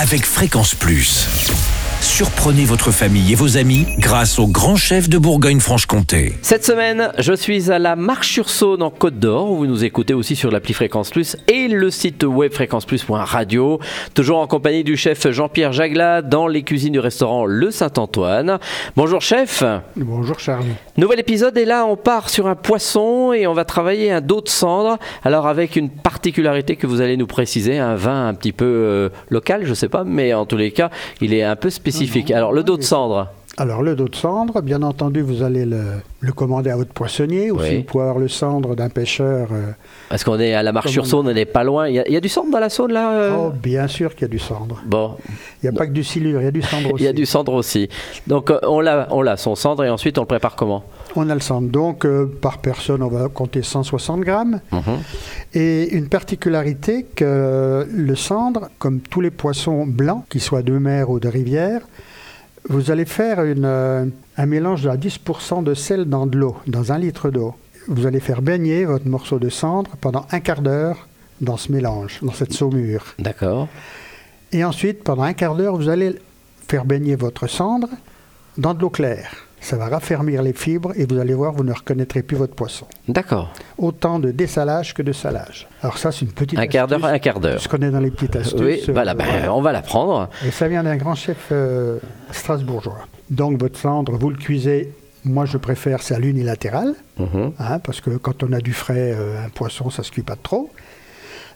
avec Fréquence Plus. Surprenez votre famille et vos amis grâce au grand chef de Bourgogne-Franche-Comté. Cette semaine, je suis à la Marche-sur-Saône en Côte d'Or, où vous nous écoutez aussi sur l'appli Fréquence Plus et le site web fréquenceplus.radio. Toujours en compagnie du chef Jean-Pierre Jagla dans les cuisines du restaurant Le Saint-Antoine. Bonjour chef. Bonjour Charles. Nouvel épisode et là on part sur un poisson et on va travailler un dos de cendre. Alors avec une particularité que vous allez nous préciser, un vin un petit peu euh, local, je sais pas, mais en tous les cas, il est un peu spécifique. Alors le dos de cendre. Alors le dos de cendre, bien entendu, vous allez le, le commander à votre poissonnier ou Oui. si vous pouvez avoir le cendre d'un pêcheur. euh, Parce qu'on est à la Marche-sur-Saône, on n'est pas loin. Il y, a- il y a du cendre dans la Saône là euh Oh, bien sûr qu'il y a du cendre. Bon, Il n'y a pas que du silure, il y a du cendre aussi. il y a du cendre aussi. Donc euh, on l'a, on l'a son cendre et ensuite on le prépare comment On a le cendre. Donc euh, par personne, on va compter 160 grammes. Mhm. Et une particularité que le cendre, comme tous les poissons blancs, qu'ils soient de mer ou de rivière, vous allez faire une, euh, un mélange de 10% de sel dans de l'eau, dans un litre d'eau. Vous allez faire baigner votre morceau de cendre pendant un quart d'heure dans ce mélange, dans cette saumure. D'accord. Et ensuite, pendant un quart d'heure, vous allez faire baigner votre cendre dans de l'eau claire. Ça va raffermir les fibres et vous allez voir, vous ne reconnaîtrez plus votre poisson. D'accord. Autant de dessalage que de salage. Alors ça, c'est une petite Un quart d'heure, astuce. un quart d'heure. Je connais dans les petites astuces. Oui, euh, voilà, ben, voilà. on va la prendre. Et ça vient d'un grand chef euh, strasbourgeois. Donc votre cendre, vous le cuisez. Moi, je préfère, c'est à l'unilatéral, Mhm. hein, parce que quand on a du frais, euh, un poisson, ça se cuit pas trop.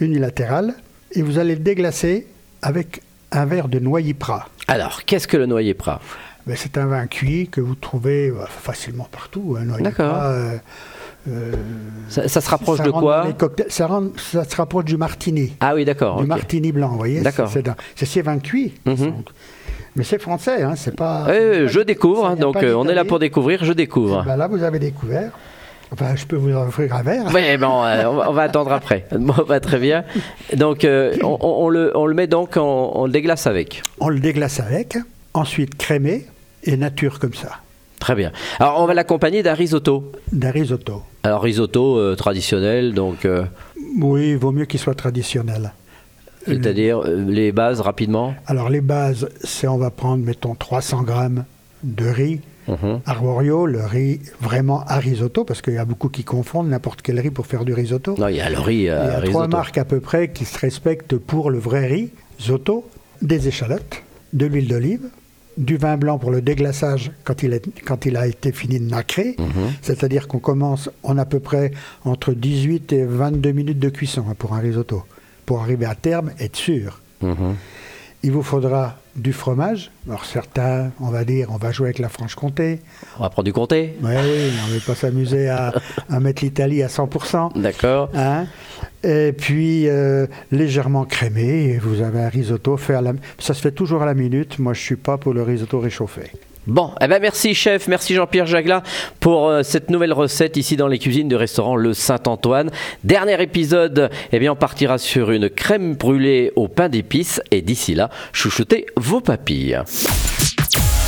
Unilatéral. Et vous allez le déglacer avec un verre de noyer pras. Alors, qu'est-ce que le noyer prat Ben, c'est un vin cuit que vous trouvez euh, facilement partout. hein, noyer D'accord. pras, euh, euh, ça, ça se rapproche ça de rentre quoi dans les cocktails- ça, rentre- ça se rapproche du martini. Ah oui, d'accord. du ok. martini blanc, vous voyez D'accord. C'est, c'est dans- c'est ces vins cuits. Donc, Mais c'est français, hein, c'est pas. Eh, c'est pas- je découvre, ça hein, vient donc pas euh, on est là d'Italie. pour découvrir, je découvre. Ben là, vous avez découvert. Enfin, je peux vous en offrir un verre. Oui, bon, euh, on, va, on va attendre après. Bon, bah, très bien. Donc, euh, on, on- on le, on le met donc, on, on le déglace avec. On le déglace avec, ensuite crémé et nature comme ça, Très bien. Alors, on va l'accompagner d'un risotto. d'un risotto. Alors, risotto euh, traditionnel, donc, euh, Oui, il vaut mieux qu'il soit traditionnel. c'est-à-dire euh, les bases rapidement. Alors les bases, c'est on va prendre, mettons, 300 grammes de riz. Mhm. Arborio, le riz vraiment à risotto, parce qu'il y a beaucoup qui confondent n'importe quel riz pour faire du risotto. Non, il y a le riz, euh, Il y a trois risotto. marques à peu près qui se respectent pour le vrai riz Zotto, des échalotes, de l'huile d'olive, du vin blanc pour le déglaçage quand il, est- quand il a été fini de nacrer. Mhm. C'est-à-dire qu'on commence, on a à peu près entre 18 et 22 minutes de cuisson hein, pour un risotto, pour arriver à terme et être sûr. Mhm. Il vous faudra du fromage. Alors certains, on va dire, on va jouer avec la Franche-Comté. On va prendre du comté. Ouais, oui, on ne va pas s'amuser à, à mettre l'Italie à 100%. D'accord. Hein et puis euh, légèrement crémé, et vous avez un risotto fait à la... Ça se fait toujours à la minute, moi je suis pas pour le risotto réchauffé. Bon, eh ben merci chef, merci Jean-Pierre Jagla pour euh, cette nouvelle recette ici dans les cuisines du restaurant Le Saint-Antoine. Dernier épisode, eh bien on partira sur une crème brûlée au pain d'épices et d'ici là, chouchoutez vos papilles.